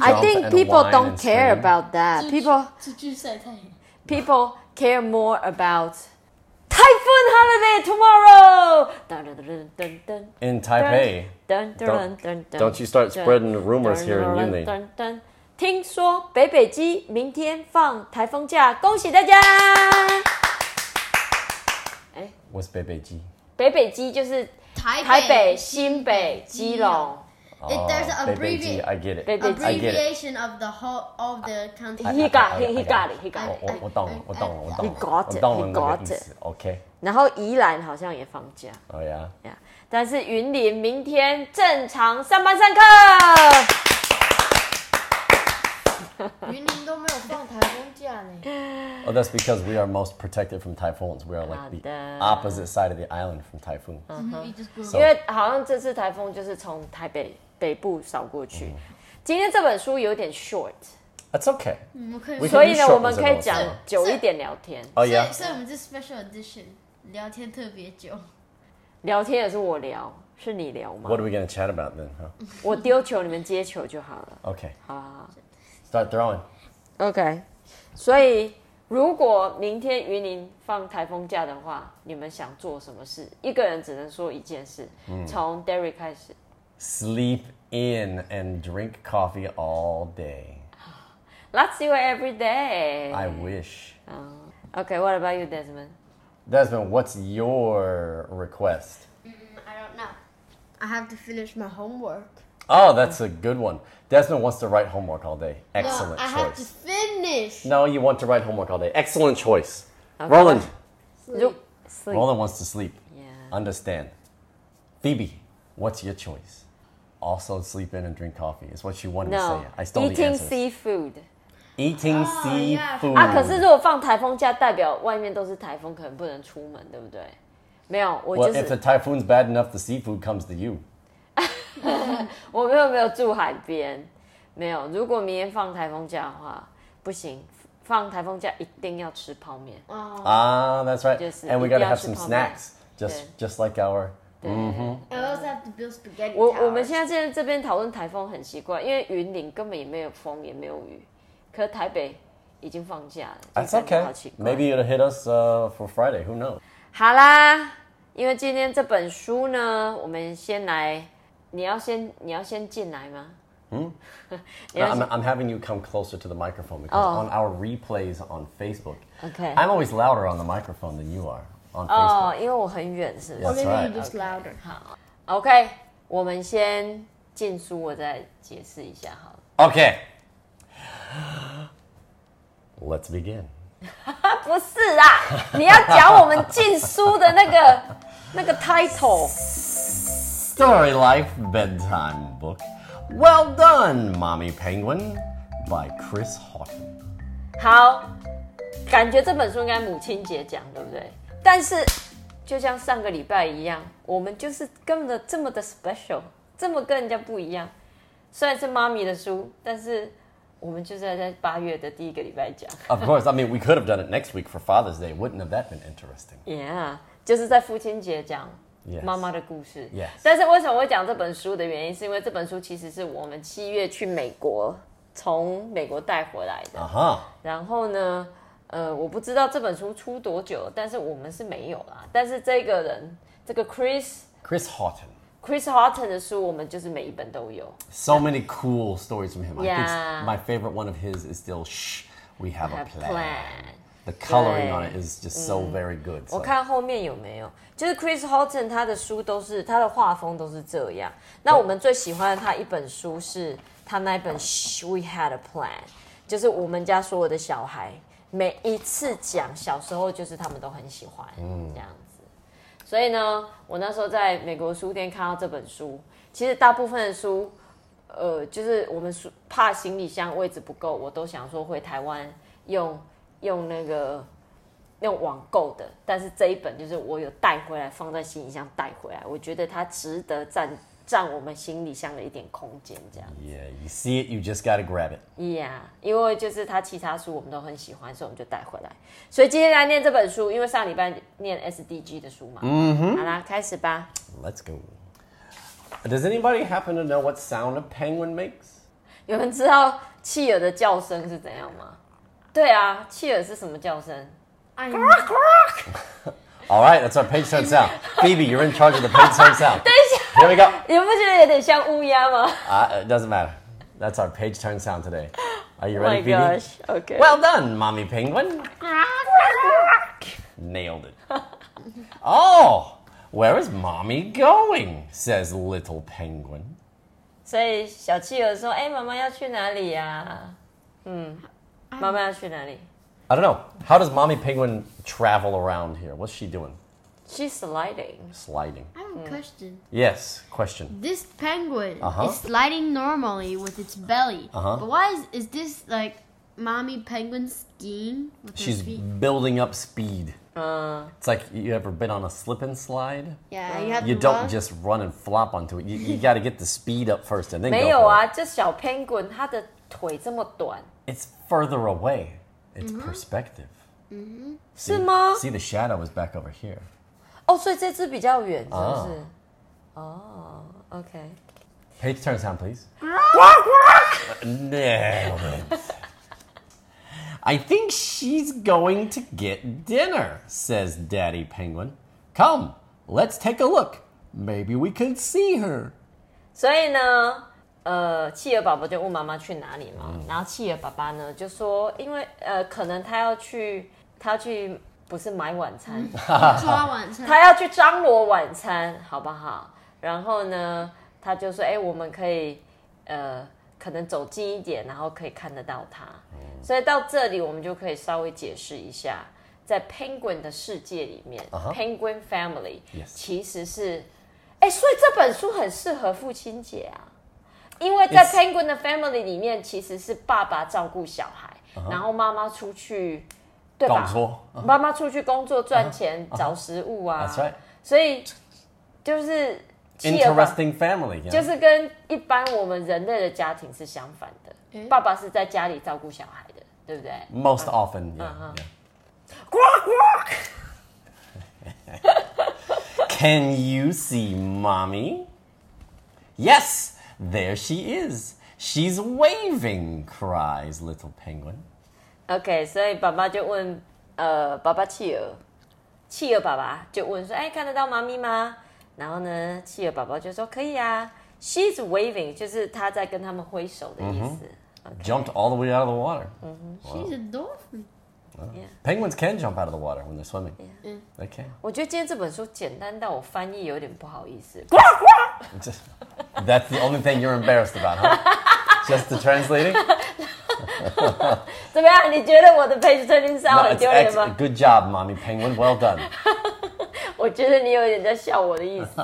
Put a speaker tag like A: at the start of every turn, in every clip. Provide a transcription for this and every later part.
A: I
B: Jump
A: think
B: and
A: people
B: whine
A: don't
B: and
A: care
B: scream.
A: about that. People
C: 出去晒太阳。
A: people care more about typhoon holiday tomorrow. Dun, dun, dun, dun, dun,
B: in Taipei.
A: dun, dun,
B: Don't-
A: dun, dun,
B: don't you start
A: dun,
B: spreading the rumors
A: dun,
B: here in
A: dun,
B: Yunlin.
A: dun, dun. 听说北北基明天放台风假，恭喜 大家！Eh?
B: What's Bebeji?
A: 北北基就是
C: 台
A: 台北、新北、基隆。
C: It there's
B: Oh,
C: an
B: Bebeji, I get it.
A: Bebeji.
B: I get it.
C: abbreviation of the whole of the country.
A: He got it. He got it. He
B: 我
A: got it.
B: 我我懂了，我懂了，我懂了，
A: He got it,
B: 我懂了
A: he
B: 那
A: got
B: 个意思。OK，
A: 然后宜兰好像也放假。
B: 好呀，
A: 呀但是云林明天正常上班上课。
C: 云林都没有放台风假呢。
B: Oh, that's because we are most protected from typhoons. We are like the
A: 好的。
B: opposite side of the island from typhoon.
C: We just go.
A: 因为好像这次台风就是从台北北部扫过去。
B: 嗯
A: 今天这本书有点 short，
B: That's okay.
C: 我们可以
B: We
C: 说，
A: 所以
B: can
A: 呢，
B: be
A: 我们
B: 嗯 short
A: 可以
B: with
A: 讲
B: those.
A: 久一点聊天。
B: Oh
C: 所
B: yeah.
C: 以所以我们是 special edition 聊天特别久。
A: 聊天也是我聊，是你聊吗
B: What？are we gonna chat about then? Huh?
A: 我丢球，你们接球就好了。
B: Okay.
A: 好好好
B: Start throwing.
A: OK，所以如果明天云林放台风假的话，你们想做什么事？一个人只能说一件事，
B: 嗯
A: 从 Derry 开始。
B: Sleep in and drink coffee all day.
A: Let's do it every day.
B: I wish.
A: OK, Oh. what about you, Desmond?
B: Desmond, what's your request?
C: Mm, I don't know. I have to finish my homework.
B: Oh, that's a good one. Desmond wants to write homework all day. Excellent
C: I have to
B: choice.
C: finish.
B: No, you want to write homework all day. Excellent choice. Roland.
A: Sleep. Sleep.
B: Roland wants to sleep.
A: Yeah.
B: Understand. Phoebe, what's your choice? Also sleep in and drink coffee is what she wanted to
A: No.
B: say. I stole the
A: Eating
B: answers.
A: seafood.
B: Eating
C: Oh, yeah. Ah,
B: seafood.
A: 啊，可是如果放台风假，代表外面都是台风，可能不能出门，对不对？没有，我
B: well,
A: 就
B: if
A: 是
B: the typhoon's bad enough, the seafood comes to you.
A: 我没有没有住海边，没有。如果明天放台风假的话，不行，放台风假一定要吃泡面。
C: Oh.
B: Ah, that's right.
A: Yes,
B: and we
A: you
B: gotta
A: have
B: have
A: to
B: some
A: pump it.
B: snacks, just
A: Yeah.
B: just like our.
A: 对。
B: Mm-hmm.
C: I also have to build spaghetti
A: 我
C: towers.
A: 我们现在在这边讨论台风很奇怪，因为云林根本也没有风，也没有雨，可台北已经放假了，就
B: That's
A: 感觉
B: okay.
A: 好奇怪。
B: Maybe it'll hit us uh, for Friday. Who knows?
A: 好啦，因为今天这本书呢，我们先来，你要先你要先进来吗？ 嗯，你
B: No,
A: 要
B: I'm,
A: 先
B: I'm having you come closer to the microphone because
A: Oh.
B: on our replays on Facebook,
A: OK
B: I'm always louder on the microphone than you are on
A: 哦
B: Facebook.，
A: 因为我很远，是不是
B: Yeah.
C: Maybe
B: That's
C: you just louder.
A: ？OK，我们先进书，我再解释一下好了。
B: Okay. Let's begin.
A: 啊，不是啦，你要讲我们进书的那个那个 title。
B: Story Life Bedtime Book. Well done, Mommy Penguin, by Chris Houghton.
A: 好，感觉这本书应该母亲节讲，对不对？但是就像上个礼拜一样，我们就是根本的这么的 special，这么跟人家不一样。虽然是妈咪的书，但是我们就是要在八月的第一个礼拜讲
B: Of course, I mean, we could have done it next week for Father's Day. Wouldn't have that been interesting?
A: ，Yeah，就是在父亲节讲
B: Yes.
A: 妈妈的故事。
B: Yes.
A: 但是为什么会讲这本书的原因，是因为这本书其实是我们七月去美国，从美国带回来的。
B: Uh huh.
A: 然后呢，呃，我不知道这本书出多久，但是我们是没有啦。但是这个人，这个 Chris
B: Chris Houghton.
A: Chris Houghton 的书，我们就是每一本都有。
B: So many cool stories from him. I think
A: Yeah.
B: s- my favorite one of his is still "Shh, we have,
A: Have
B: a plan."
A: plan. Mm.
B: The coloring on
A: Right.
B: it is just so very good.
A: 我
B: so-
A: 看后面有没有，就是 Chris Houghton 他的书都是他的画风都是这样。那我们最喜欢的他一本书是他那一本《Shh, We Had a Plan》，就是我们家所有的小孩每一次讲小时候，就是他们都很喜欢，这样子。所以呢，我那时候在美国书店看到这本书，其实大部分的书，呃，就是我们书怕行李箱位置不够，我都想说回台湾用用那个用网购的，但是这一本就是我有带回来，放在行李箱带回来，我觉得它值得占占我们行李箱的一点空间，这样。
B: yeah, you see it, you just gotta grab it.
A: Yeah，因为就是他其他书我们都很喜欢，所以我们就带回来。所以今天来念这本书，因为上礼拜念 SDG 的书嘛。嗯哼。好啦，开始吧。
B: Let's go. Does anybody happen to know what sound a penguin makes?
A: 有人知道企鹅的叫声是怎样吗？对啊，企鹅是什么叫声？
C: 哎，
B: All right, that's our page turn sound. Phoebe, you're in charge of the page turn sound. Here we go.
A: 你们不觉得有点像乌鸦吗
B: Uh, it doesn't matter. That's our page turn sound today. Are you
A: ？Oh my
B: ready, Phoebe?
A: gosh. OK.
B: Well done, Mommy Penguin. Nailed it. Oh, where is Mommy going? Says Little Penguin.
A: 所以小企鹅说：“哎、妈妈要去哪里呀、嗯，妈妈要去哪里
B: I don't know. How does Mommy Penguin travel around here? What's she doing?
A: ？She's sliding.
B: Sliding.
C: I have a question.
B: Yes, question.
C: This penguin
B: Uh-huh.
C: is sliding normally with its belly.
B: Uh-huh.
C: But why is, is this like mommy penguin skiing with her
B: She's
C: feet?
B: building up speed.
A: 嗯，
B: It's like you ever been on a slip and slide?
C: Yeah, you have
B: You
C: to
B: don't
C: run.
B: just run and flop onto it. You, you got to get the speed up first and then
A: 没
B: go
A: 有
B: for
A: 啊，
B: it.
A: 这小 penguin 它的腿这么短，
B: It's further away. It's perspective. See,
A: 是吗？
B: see, the shadow is back over here.
A: 哦，所以这只比较远，是不
B: 啊
A: 是？哦，OK。
B: Page turn sound, please. Nailed it. I think she's going to get dinner, says Daddy Penguin. Come, let's take a look. Maybe we could see her.
A: 所以呢，呃，企鹅宝宝就问妈妈去哪里嘛，然后企鹅爸爸呢就说，因为呃，可能他要去，他要去不是买晚餐，
C: 抓晚餐。
A: 他要去张罗晚餐，好不好？然后呢，他就说：“哎、我们可以，呃，可能走近一点，然后可以看得到他。”
B: 哦
A: 所以到这里，我们就可以稍微解释一下，在 Penguin 的世界里面、
B: 啊哈
A: p e n g u i n Family
B: Yes
A: 其实是，哎、所以这本书很适合父亲节啊，因为在
B: It's-
A: Penguin 的 Family 里面，其实是爸爸照顾小孩然后妈妈出去，对吧？
B: 啊搞错
A: 妈妈出去工作赚钱找食物啊
B: That's right.
A: 所以就是企鹅吧，
B: Interesting family. yeah.
A: 就是跟一般我们人类的家庭是相反的。
C: 诶
A: 爸爸是在家里照顾小孩的，对不对
B: Most often, yeah. yeah. Can you see mommy? Yes, there she is. She's waving, cries little penguin.
A: ？OK，所以爸爸就问，呃，爸爸企鹅，企鹅爸爸就问说，哎，看得到妈咪吗？然后呢，企鹅宝宝就说可以啊，She's waving，就是他在跟他们挥手的意思。
B: Jumped all the way out of the water.
C: She's a dolphin.
B: Penguins can jump out of the water when they're swimming. They can.
A: 我觉得今天这本书简单到我翻译有点不好意思。
B: It's just- that's the only thing you're embarrassed about, huh? Just the translating?
A: 怎么样？你觉得我的 page turning 上
B: No,
A: 很
B: it's
A: 丢脸
B: ex-
A: 吗？
B: good job, mommy penguin. Well done.
A: 我觉得你有点在笑我的意思。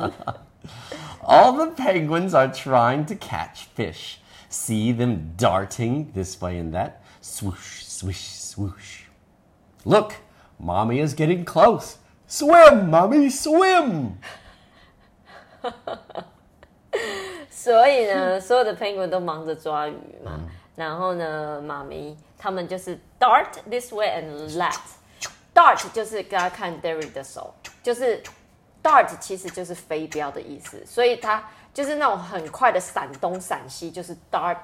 B: All the penguins are trying to catch fish. See them darting this way and that. Swoosh, swish, swoosh. Look, mommy is getting close. Swim, mommy, swim.
A: 所以呢，所有的 penguin 都忙着抓鱼嘛。然后呢，妈咪他们就是 dart this way and that。dart 就是给他看 Derry 的手，就是 dart 其实就是飞镖的意思，所以它就是那种很快的闪东闪西，就是 dart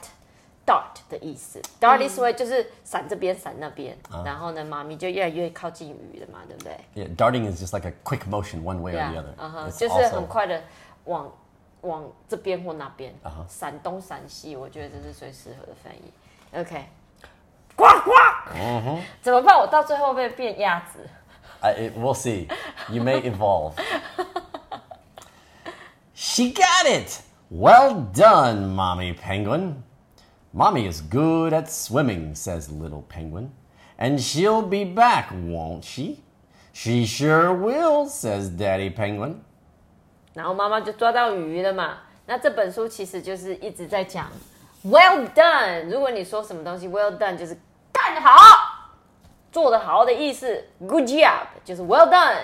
A: dart 的意思。dart this way 就是闪这边闪那边，然后呢，妈咪就越来越靠近鱼了嘛，对不对？
B: Yeah, darting is just like a quick motion one way or the other.
A: 嗯哼，
B: It's
A: 就是很
B: also,
A: 快的往往这边或那边，闪东闪西，我觉得这是最适合的翻译。OK，呱呱， 怎么办？我到最后被变鸭子。
B: I, it, we'll see. You may evolve. she got it. Well done, mommy penguin. Mommy is good at swimming, says little penguin. And she'll be back, won't she? She sure will, says daddy penguin.
A: 然后妈妈就抓到鱼了嘛。那这本书其实就是一直在讲 “well done”。如果你说什么东西 “well done”，就是干得好、做得好的意思；“good job” 就是 “well done”。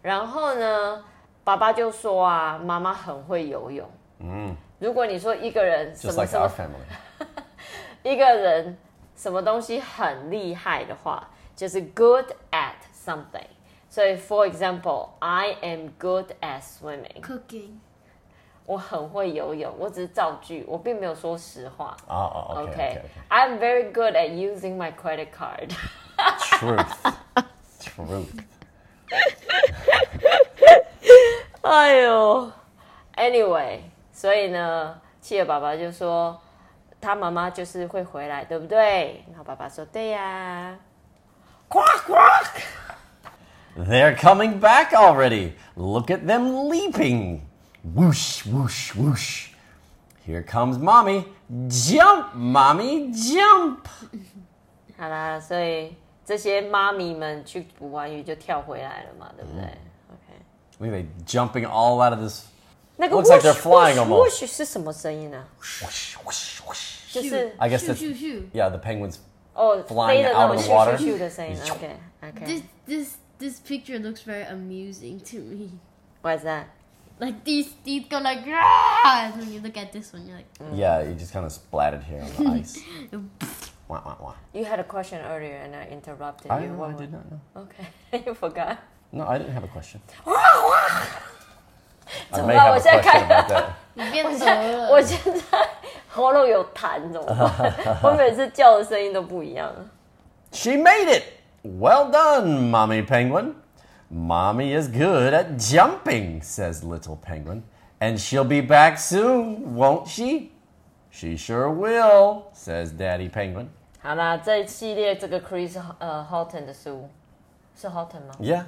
A: 然后呢，爸爸就说啊，妈妈很会游泳。嗯，如果你说一个人什
B: Just
A: 么
B: like
A: 什么
B: our family.
A: 一个人什么东西很厉害的话，就是 good at something。所以，for example，I am good at swimming。
C: Cooking.
A: 我很会游泳，我只是造句，我并没有说实话。
B: Oh, oh, okay, okay, okay.
A: I'm very good at using my credit card.
B: Truth. Truth.
A: 哎呦，Anyway，所以呢，企鹅爸爸就说他妈妈就是会回来，对不对？然后爸爸说对呀、Quack quack。
B: They're coming back already. Look at them leaping. Whoosh, whoosh, whoosh. Here comes mommy. Jump, mommy, jump.
A: 好啦，所以这些妈咪们去捕完鱼就跳回来了嘛，对不对、o
B: 嗯
A: k
B: Look at they jumping all out of this.
A: 那个
B: Looks like they're flying
A: whoosh,
B: almost.
A: whoosh 是什么声音呢、啊？
B: Whoosh, whoosh, whoosh.
A: 就是
B: I guess
C: Shoo, shoo,
B: that's
C: shoo.
B: yeah. The penguins.
A: 哦，
B: flying
A: 飞的那
B: out
A: 种
B: of the
A: 咻
B: water.
A: 咻咻的声音。OK
C: This
A: OK，
C: this this picture looks very amusing to me.
A: 我也在。
C: Like these teeth go like "Rah!" and when you look at this one, you're like,
B: Yeah, you just kind of splatted here on the ice. wah, wah, wah.
A: You had a question earlier and I interrupted
B: I,
A: you.
B: no, I
A: What was-
B: did not know.
A: Okay, you forgot.
B: No, I didn't have a question. I
A: So
B: may
A: why
B: have a
A: was that
B: question
A: kind of-
B: about that.
C: 你变走了。
A: 我现在喉咙有痰，怎么办？我每次叫的声音都不一样。
B: She made it! Well done, Mommy Penguin. Mommy is good at jumping, says Little Penguin. And she'll be back soon, won't she? She sure will, says Daddy Penguin.
A: 好啦，这一系列这个 Chris 呃 Houghton 的书是 Houghton 吗？
B: Yeah.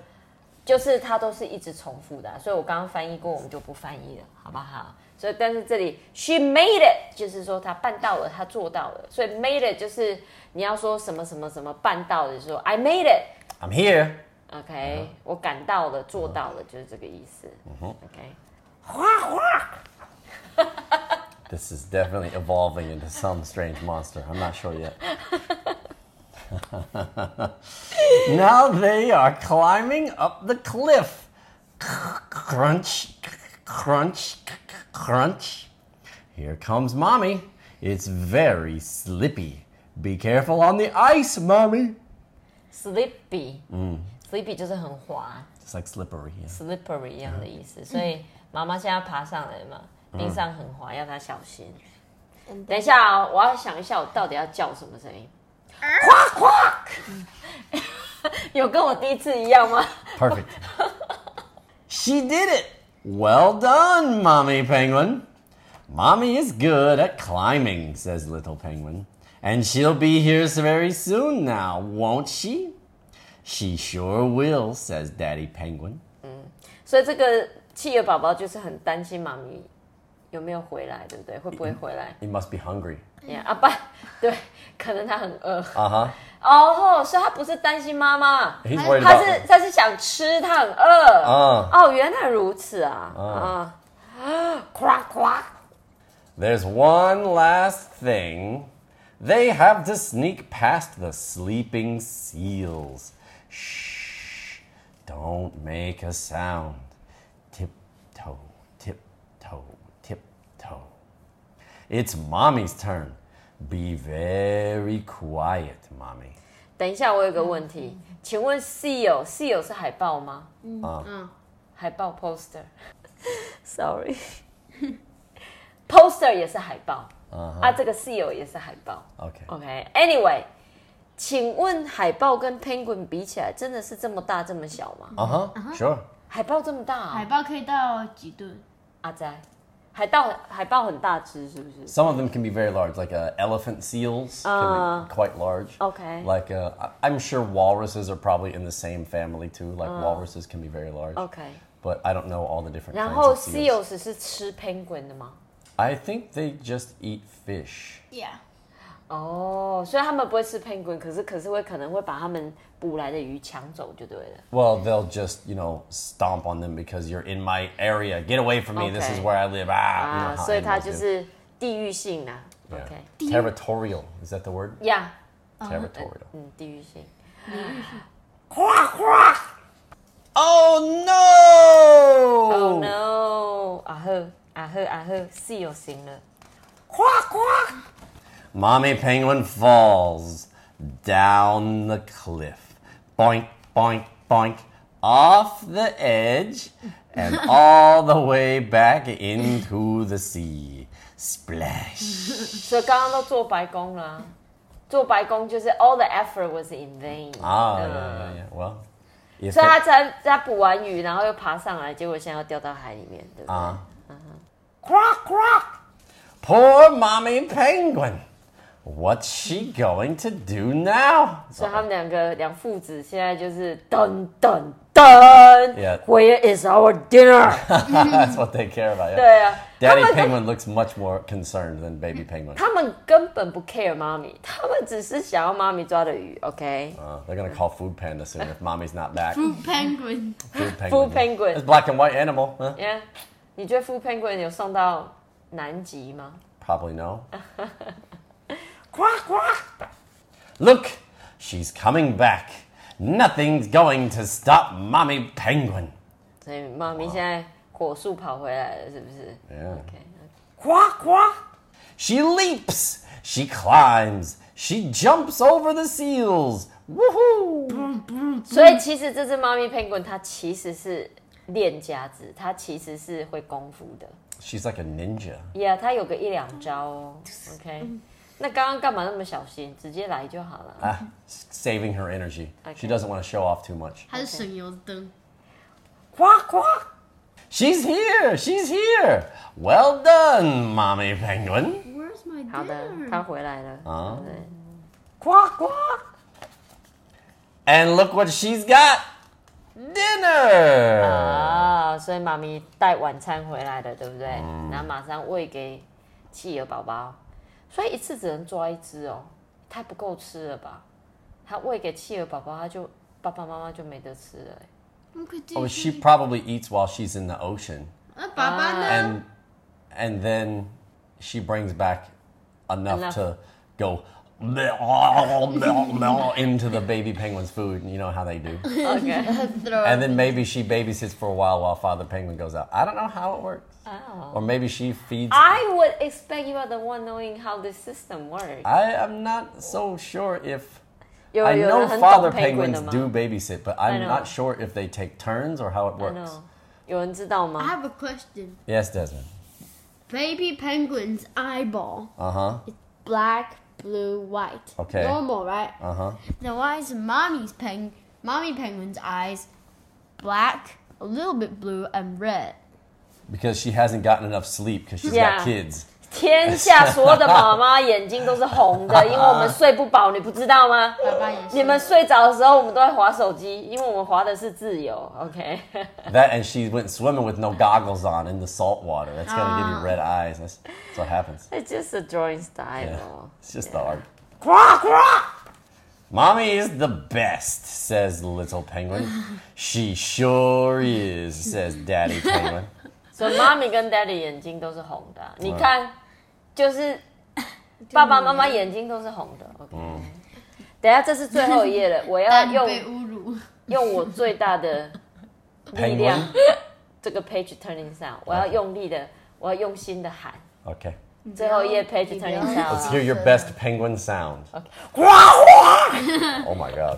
A: 就是它都是一直重复的啊、所以我刚刚翻译过，我们就不翻译了，好不好？所以但是这里 she made it 就是说她办到了，她做到了，所以 made it 就是你要说什么什么什么办到的，就说 I made it。
B: I'm here.
A: OK，、我赶到了，做到了，就是这个意思。OK，
B: This is definitely evolving into some strange monster. I'm not sure yet. now they are climbing up the cliff. Crunch, crunch, crunch. Here comes mommy. It's very slippy. Be careful on the ice, mommy.
A: Sleepy，嗯，Sleepy 就是很滑
B: It's like slippery. yeah.
A: ，slippery 一样的意思。所以妈妈现在爬上来嘛，冰上很滑，要她小心。等一下哦，我要想一下，我到底要叫什么声音？夸夸，有跟我第一次一样吗？
B: Perfect. she did it. Well done, Mommy Penguin. Mommy is good at climbing, says Little Penguin. And she'll be here s- very soon now, won't she? She sure will, says Daddy Penguin.
A: 所以这个企鹅宝宝就是很担心妈咪有没有回来，对不对？会不会回来？
B: You must be hungry.
A: 阿爸，对，可能他很饿。
B: Uh huh.
A: 哦，所以他不是担心妈妈，
B: He's worried
A: 他是
B: about. Uh.
A: 他是想吃，他很饿。
B: 啊
A: 哦，原来如此啊啊！夸夸，
B: There's one last thing. They have to sneak past the sleeping seals. Shh. Don't make a sound. Tiptoe, tiptoe, tiptoe. It's mommy's turn. Be very quiet, mommy.
A: 等一下，我有个问题，请问 seal seal 是海报吗？
B: Uh,
A: 海报 poster，sorry，poster 也是海报啊，这个 seal 也是海报。
B: Okay. Uh-huh.
A: OK，Anyway，、请问海豹跟 penguin 比起来，真的是这么大这么小吗？
B: Uh huh. Sure.
A: 海豹这么大、啊，
C: 海豹可以到几吨？
A: 阿仔，海盗海豹很大只是不是
B: Some of them can be very large, like uh, elephant seals can be quite large.
A: okay.
B: Like uh, I- I'm sure walruses are probably in the same family too. Like walruses can be very large.
A: ？OK，
B: But I don't know all the different
A: 然
B: kinds
A: 后
B: of Oh. seals.
A: seals 是吃 penguin 的吗？
B: I think they just eat fish.
C: Yeah.
A: 哦，所以他们不会吃 penguin，可是可是会可能会把他们捕来的鱼抢走就对了。
B: Well, they'll just you know stomp on them because you're in my area. Get away from me. This is
A: Okay.
B: where I live. Ah. you
A: 啊，
B: know how
A: 所以它
B: animals
A: 就
B: do.
A: 是地域性啊。
B: Yeah.
A: OK，
B: territorial. Is that the word?
A: 呀，
B: Territorial.
A: 嗯，地域性。
B: Oh no!
A: Oh no！啊呵啊呵啊呵，seal 行了。
B: Mommy Penguin falls down the cliff. Boink, boink, boink, off the edge and all the way back into the sea. Splash.
A: 所以刚刚都做白工了，做白工就是 all the effort was in vain
B: 啊、
A: 嗯
B: Ah, yeah, yeah, yeah. Well, if
A: 所以他才他捕完鱼，然后又爬上来，结果现在又掉到海里面，对不对？
B: Uh, Crock, crock! Poor mommy penguin. What's she going to do now?
A: 所以他们两个两父子现在就是噔噔噔
B: Yeah.
A: Where is our dinner？
B: That's what they care about. Yeah.
A: 对啊，他
B: Daddy
A: 们根
B: penguin looks much more concerned than baby penguin.
A: 他们根本不 care 妈咪，他们只是想要妈咪抓的鱼，OK？
B: Uh, they're gonna call Food Panda soon if mommy's not back.
C: Fruit penguin.
B: Food
A: Hmm.
B: penguin.
A: Food penguin.
B: It's black and white animal. Huh?
A: 因为你觉得 Food Penguin 有送到南极吗？
B: Probably no.
A: Uh. 呱呱！
B: Look, she's coming back. Nothing's going to stop mommy penguin.
A: 所以妈咪现在火速跑回来了，是不是
B: Yeah.
A: ？OK。呱呱！
B: She leaps, she climbs, she jumps over the seals. Woohoo!
A: Hmm. 所以其实这只猫咪 penguin 它其实是练家子，它其实是会功夫的。
B: She's like a ninja.
A: Yeah，它有个一两招哦。OK，那刚刚干嘛那么小心？直接来就好了。
B: Ah, s- saving her energy. She
A: Okay.
B: doesn't want to show off too much.
C: 它是省油灯。
A: 呱呱！
B: She's here! She's here! Well done, Mommy Penguin.
C: Where's my
A: 好的，
C: 嗯
A: 它回来了。
B: 啊
A: 对，呱呱！
B: And look what she's got dinner!
A: 啊，所以妈咪带晚餐回来的，对不对？
B: 嗯
A: 然后马上喂给企鹅宝宝，所以一次只能抓一只哦，太不够吃了吧？它喂给企鹅宝宝，它就爸爸妈妈就没得吃了欸。
B: oh, she probably eats while she's in the ocean.
C: 那爸爸呢？
B: And, and then she brings back enough,
A: Enough.
B: to go meow, meow, meow into the baby penguin's food. You know how they do.
A: OK，
C: Throw
B: And then maybe she babysits for a while while Father Penguin goes out. I don't know how it works. Or maybe she feeds. I,
A: I would expect you are the one knowing how the system works。
B: am not so sure if.
A: 有
B: I
A: 有人
B: know
A: 很
B: Father
A: 懂 penguin
B: Penguins
A: 的吗
B: do babysit, but
A: I
B: I'm
A: know.
B: not sure if they take turns or how it
A: I
B: works.
A: know 有人知道
C: I
A: 吗？
C: have a question.
B: Yes, Desmond.
C: Baby penguin's eyeball.
B: Uh huh.
C: It's black, blue, white.
B: Okay.
C: Normal, right?
B: Uh huh.
C: Now why is mommy's peng mommy penguin's eyes black, a little bit blue, and red?
B: Because she hasn't gotten enough sleep because she's
A: Yeah.
B: got kids.
A: 天下所有的妈妈眼睛都是红的，因为我们睡不饱，你不知道 吗？
C: 爸爸也是
A: 你们睡着的时候，我们都在划手机，因为我们划的是自由。OK，
B: That and she went swimming with no goggles on in the salt water. That's gonna give
A: Ah.
B: you red eyes. That's, that's what happens.
A: it's just a drawing
B: Yeah.
A: style.
B: It's just the art.
A: Quack quack.
B: Mommy is the best, says little penguin. she sure is, says daddy penguin.
A: 所以妈咪跟 daddy 眼睛都是红的啊，你看， 就是爸爸妈妈眼睛都是红的。OK，等一下这是最后一页了，我 要
C: 但
A: 用
C: 被侮辱。
A: 用我最大 的力量
B: Penguin.，
A: 这个 page turning 上，我要用力的，我要用心的喊。
B: Okay.
A: 最后一页 page turning
C: 你不要
A: sound，
B: Let's hear your best penguin sound.
A: 呱呱。
B: Oh my god.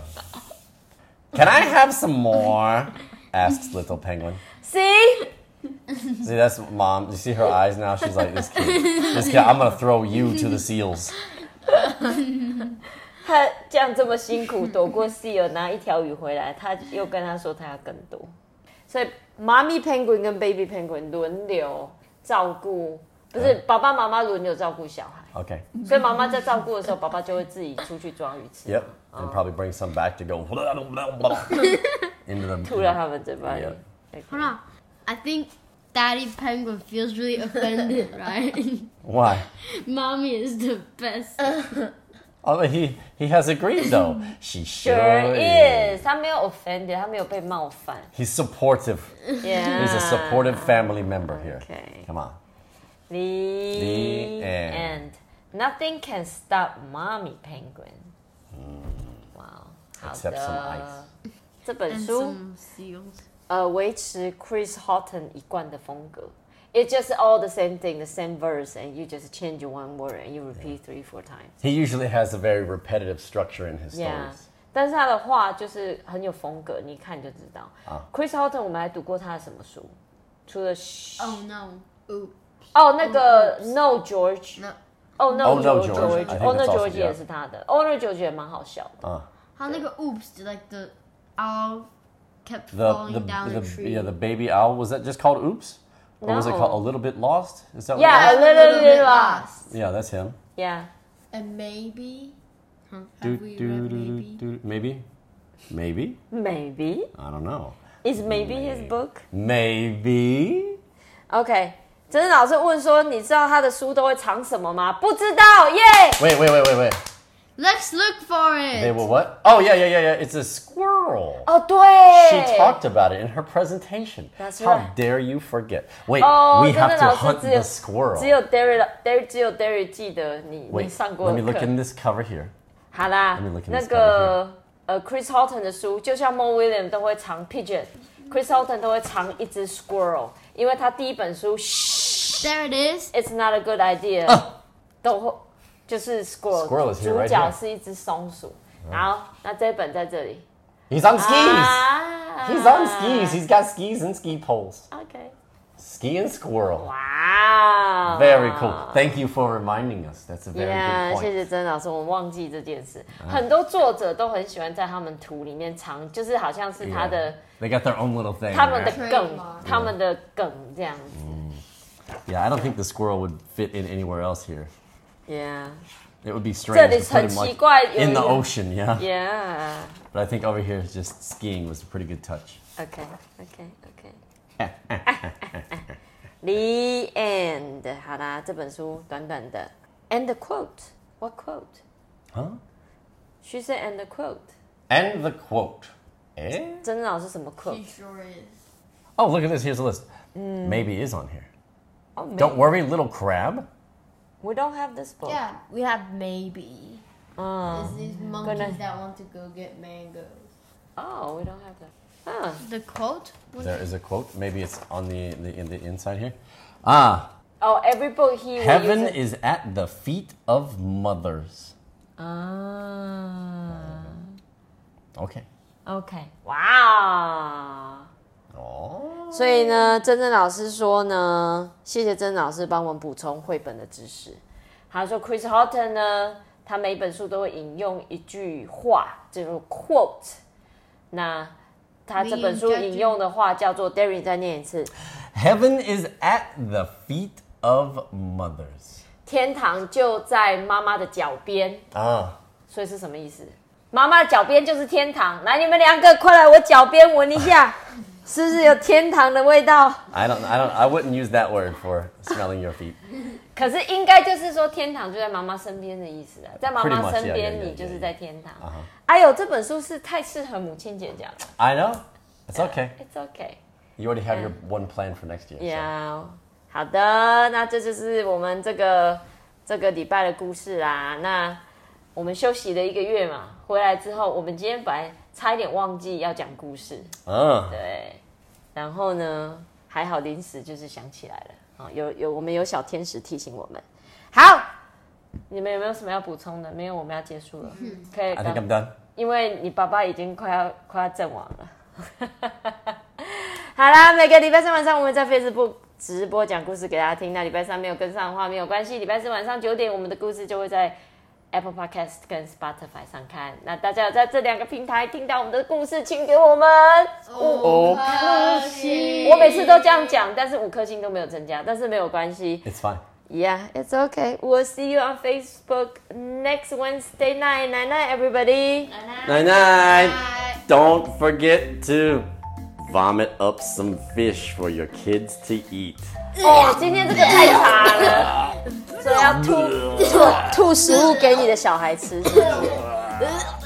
B: Can I have some more? asked little penguin.
A: See，
B: See, that's mom. You see her eyes now? She's like, this kid. This kid, I'm gonna throw you to the seals.
A: 他这样这么辛苦躲 过 C 友，拿一条鱼回来，他又跟他说他要更多，所以妈咪 penguin 跟 baby penguin 轮流照顾，不是
B: 嗯
A: 爸爸妈妈轮流照顾小孩，
B: Okay.
A: 所以妈妈在照顾的时候，爸爸就会自己出去抓鱼吃，
B: Yep, and probably bring some back to go into the
A: 吐到他们嘴巴里
B: Yeah.。
C: Hold on. I think Daddy Penguin feels really offended, right?
B: Why?
C: Mommy is the best.
A: Uh,
B: Oh, but he he has agreed though. She sure,
A: Sure
B: is.
A: is，他没有 offended，他没有被冒犯。
B: He's supportive.
A: Yeah.
B: He's a supportive family member here.
A: Ah, Okay.
B: Come on.
A: The,
B: end.
A: end. Nothing can stop mommy penguin. 哇、wow,，好
B: Mm. Except some ice.
A: 的。这本
C: And
A: 书
C: some seals.
A: 呃维持 Chris Houghton 一贯的风格。It's just all the same thing, the same verse, and you just change one word and you repeat three, four times.
B: He usually has a very repetitive structure in his
A: Yeah.
B: stories.
A: 但是他的画就是很有风格，你一看就知道。Chris Houghton，我们还读过他的什么书？除了 Sh-
C: Oh no. Ooh.
A: 哦，那个 Oh, No George，
C: No.
A: 哦 No
B: Oh, No
A: George，
B: George，I
A: 哦
B: think
A: No
B: that's also-
A: George 也
B: yeah.
A: 是他的，Oh No George 也蛮好笑的。
B: Uh,
C: How like a oops did er like the owl kept
B: The,
C: falling
B: the,
C: down the,
B: the-
C: tree.
B: yeah, the baby owl. Was that just called Oops? Or was it
A: No.
B: called A Little Bit Lost? Is that
A: Yeah,
B: what
A: a little bit lost.
B: it was? Yeah, that's him.
A: Yeah，
C: And maybe huh,
B: Do,
C: have we
B: do,
C: read
B: do,
C: maybe?
B: do, do. Maybe? Maybe?
A: Maybe
B: I don't know.
A: is maybe his book.
B: Maybe?
A: OK，真真老师问说，你知道他的书都会藏什么吗？不知道耶。
B: Wait, wait, wait, wait, wait.
C: Let's look for it.
B: They were what? Oh, yeah, yeah, yeah, yeah. It's a squirrel.
A: 哦，对。
B: She talked about it in her presentation.
A: That's
B: How
A: right.
B: dare you forget? Wait,
A: Oh,
B: we have to
A: 真的老师
B: hunt
A: 只有-
B: the squirrel.
A: 只有 Derry 的 Derry 只有 Derry 记得你你
B: Wait,
A: 上过
B: let me
A: 的
B: look
A: 课。
B: in this cover here.
A: 好啦
B: me look，in
A: 那
B: this
A: 个呃 Chris Houghton 的书，就像 Mo William 都会藏 pigeon，Chris Houghton 都会藏一只 squirrel，因为他第一本书嘘
C: there it is.
A: It's not a good idea，、都会就是 squirrel，,
B: 啊 Squirrel is here,
A: 主
B: right
A: 角
B: here.
A: 是一只松鼠。好，那这本在这里。
B: He's on skis.
A: Ah. 啊
B: He's on skis. He's got skis and ski poles.
A: OK，
B: Ski and squirrel.
A: 哇、
B: Very cool. Thank you for reminding us. That's a
A: Ah.
B: very
A: Yeah，
B: good
A: 谢
B: point. 啊
A: 谢曾老师，我忘记这件事。很多作者都很喜欢在他们图里面藏，就是好像是他
B: Yeah.
A: 的、
B: They got their own little thing.
A: 他们的
B: right?
A: 梗
C: Trademark，
A: 他们的梗这样子。
B: Yeah, I don't think the squirrel would fit in anywhere else here.
A: Yeah,
B: It would be
A: That
B: strange to
A: is
B: put him like
A: 很奇怪，有
B: in the
A: 一个-
B: ocean, yeah.
A: yeah.
B: But I think over here, just skiing was a pretty good touch.
A: OK, OK, OK. The end. 好啦，这本书短短的。And the quote. What quote?
B: Huh?
A: She said, and the quote.
B: And the quote. Eh?
A: 曾老师什么 quote？
C: sure is.
B: Oh, look at this. Here's a list. Maybe is on here.
A: Oh, maybe-
B: Don't worry, little crab.
A: We don't have this book.
C: Yeah, we have maybe.
A: 嗯
C: It's these monkeys
A: Gonna-
C: that want to go get mangoes.
A: Oh, we don't have that. 嗯。
C: The quote? What
B: There is a quote. Maybe it's on the, the in the inside here. Ah,
A: Oh, every book he will
B: heaven
A: use it-
B: is at the feet of mothers.
A: Ah.
B: Okay.
A: OK，哇、
B: Oh.
A: 所以呢，珍珍老师说呢，谢谢珍老师帮我们补充绘本的知识。他说，Chris Houghton 呢，他每本书都会引用一句话，就是 quote。那他这本书引用的话叫做 “Derry”，再念一次：
B: Heaven is at the feet of mothers.
A: 天堂就在妈妈的脚边。
B: Ah.
A: 所以是什么意思？妈妈的脚边就是天堂。来，你们两个快来我脚边闻一下，是不是有天堂的味道？
B: I don't I don't I wouldn't use that word for smelling your feet.
A: 可是应该就是说，天堂就在妈妈身边的意思啊，在妈
B: Pretty
A: 妈
B: much,
A: 身
B: yeah,
A: 边，
B: yeah, yeah,
A: 你就是在天堂
B: 啊哈。
A: 哎呦，这本书是太适合母亲节讲了。
B: I know. It's okay.
A: It's okay.
B: You already have your one plan for next year. so-
A: Yeah. 好的，那这就是我们这个这个礼拜的故事啦。那我们休息了一个月嘛，回来之后，我们今天本来差一点忘记要讲故事，
B: Ah.
A: 对。然后呢，还好临时就是想起来了啊、有有我们有小天使提醒我们。好，你们有没有什么要补充的？没有，我们要结束了。可以
B: I think
A: 刚
B: I'm，done.
A: 因为你爸爸已经快要快要阵亡了。 好啦，每个礼拜三晚上我们在 Facebook 直播讲故事给大家听。那礼拜三没有跟上的话没有关系，礼拜四晚上九点我们的故事就会在 Apple Podcast 跟 Spotify 上看。那大家有在这两个平台听到我们的故事，请给我们
C: Oh,
B: 哦
A: 我每次都这样讲，但是五颗星都没有增加，但是没有关系。
B: It's fine.
A: Yeah, it's okay. We'll see you on Facebook next Wednesday night. Night night, everybody.
B: Night night. Don't forget to vomit up some fish for your kids to eat.
A: 哦，今天这个太差了， 所以要吐吐吐食物给你的小孩吃。是不是